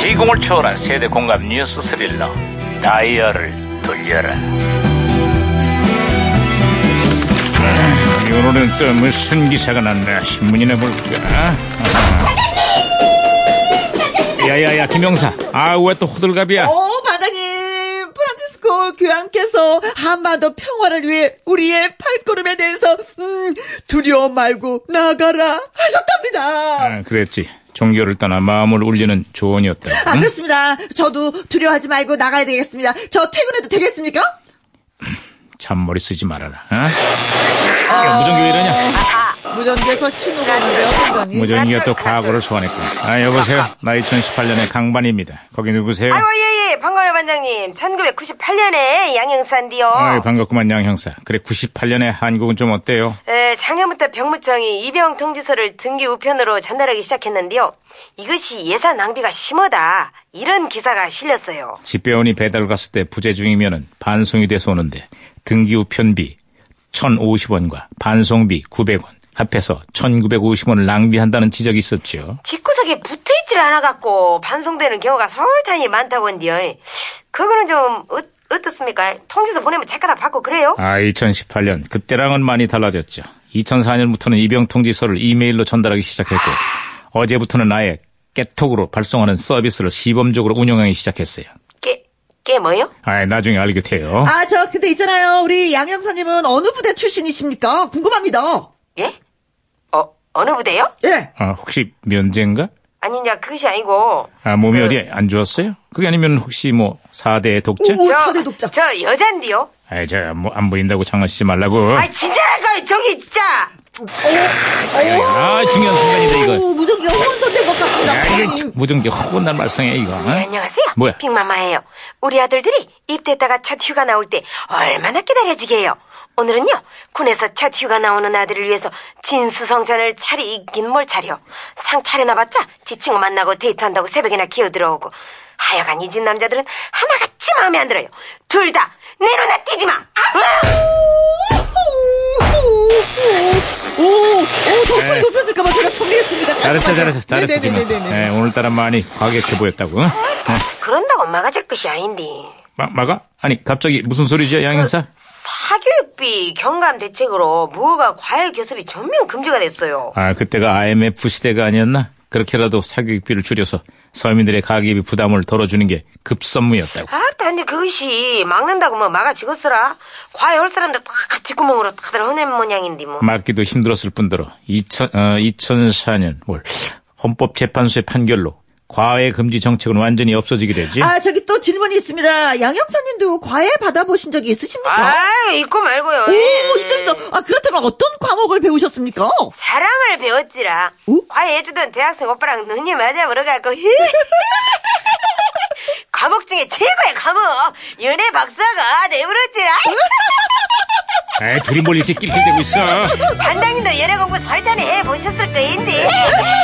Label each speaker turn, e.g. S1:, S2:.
S1: 시공을 초월한 세대 공감 뉴스 스릴러 다이얼을 돌려라 오늘은 또 무슨 기사가 났나 신문이나 볼까 야야야 김영사 아 왜 또 호들갑이야
S2: 오, 반장님, 어, 프란치스코 교황께서 한반도 평화를 위해 우리의 발걸음에 대해서 음, 두려워 말고 나가라 하셨답니다.
S1: 아, 그랬지 종교를 떠나 마음을 울리는 조언이었다
S2: 아, 그렇습니다. 저도 두려워하지 말고 나가야 되겠습니다. 저 퇴근해도 되겠습니까?
S1: 잔머리 쓰지 말아라 어? 야, 무전기 왜 이러냐
S2: 무전기에서 신호가 오는데요, 선장님.
S1: 무전기가 또 과거를 소환했군 아 여보세요 나 2018년의 강반입니다 거기 누구세요
S3: 아이고 예예 반가워요 반장님 1998년에 양형사인데요
S1: 아이, 반갑구만 양 형사. 그래 98년에 한국은 좀 어때요?
S3: 에, 작년부터 병무청이 이병 통지서를 등기 우편으로 전달하기 시작했는데요 이것이 예산 낭비가 심하다 이런 기사가 실렸어요
S1: 집배원이 배달 갔을 때 부재 중이면은 반송이 돼서 오는데 등기 우편비 1,050원과 반송비 900원 합해서 1,950원을 낭비한다는 지적이 있었죠.
S3: 집구석에 붙어있질 않아갖고 반송되는 경우가 솔탄히 많다고 한디요 그거는 좀 어, 어떻습니까 통지서 보내면 책가다 받고 그래요
S1: 아, 2018년 그때랑은 많이 달라졌죠. 2004년부터는 입영 통지서를 이메일로 전달하기 시작했고 어제부터는 아예 깨톡으로 발송하는 서비스를 시범적으로 운영하기 시작했어요.
S3: 깨, 깨 뭐요?
S1: 아, 나중에 알게 돼요.
S2: 아, 저 근데 있잖아요. 우리 양 형사님은 어느 부대 출신이십니까? 궁금합니다.
S3: 예? 어, 어느 부대요?
S2: 예.
S1: 아, 혹시 면제인가?
S3: 아니 이제 그것이 아니고
S1: 아, 몸이 어디에 안 좋았어요? 그게 아니면 혹시 뭐 4대 독재?
S2: 오,
S3: 저-
S2: 사대 독자.
S3: 저 여잔디요
S1: 아이, 저, 뭐, 안 보인다고 장난치지 말라고.
S3: 아 진짜랄까요 저기 진짜
S1: 아, 중요한 순간이다, 이거.
S2: 오, 무전기가 혼선된 것 같습니다.
S1: 야, 이거
S2: 선생님.
S1: 무전기 허군날 말썽이야, 이거. 어?
S3: 네, 안녕하세요
S1: 뭐야?
S3: 빅마마예요 우리 아들들이 입대했다가 첫 휴가 나올 때 얼마나 기다려지게요 오늘은요 군에서 첫 휴가 나오는 아들을 위해서 진수성찬을 차리 있긴 뭘 차려 상 차려놔봤자 지친구 만나고 데이트한다고 새벽이나 기어들어오고 하여간 이 집 남자들은 하나같이 마음에 안 들어요 둘 다 내 눈에 띄지마 아,
S2: 오, 오, 저 소리 높였을까봐 제가 정리했습니다.
S1: 네. 잘했어, 잘했어, 잘했어,
S2: 네네네네네.
S1: 김현수. 예, 오늘따라 많이 과격해 보였다고. 어?
S3: 그런다고 막아줄 것이 아닌데
S1: 마, 막아? 아니, 갑자기 무슨 소리죠, 양현사?
S3: 사교육비 경감 대책으로 무허가 과외 교습이 전면 금지가 됐어요
S1: 아, 그때가 IMF 시대가 아니었나? 그렇게라도 사교육비를 줄여서 서민들의 가계비 부담을 덜어주는 게 급선무였다고.
S3: 아따, 근데 그것이 막는다고 뭐 막아 죽었어라. 과외 올 사람들 다 뒷구멍으로 다들 흔한 모양인데 뭐.
S1: 막기도 힘들었을 뿐더러 2000, 어, 2004년 월 헌법재판소의 판결로 과외 금지 정책은 완전히 없어지게 되지.
S2: 아, 저기 또 질문이 있습니다. 양 형사님도 과외 받아보신 적이 있으십니까?
S3: 아, 네. 있고 말고요.
S2: 오, 있어, 있어. 아, 그렇다면 어떤 과목을 배우셨습니까?
S3: 사랑을 배웠지라.
S2: 오?
S3: 과외 해주던 대학생 오빠랑 눈이 맞아 버려갖고. 과목 중에 최고의 과목. 연애 박사가 내버렸지라.
S2: 어?
S1: 에이, 둘이 뭘 이렇게 낄낄대고 있어.
S3: 반장님도 연애 공부 설탄히 해보셨을 거인데.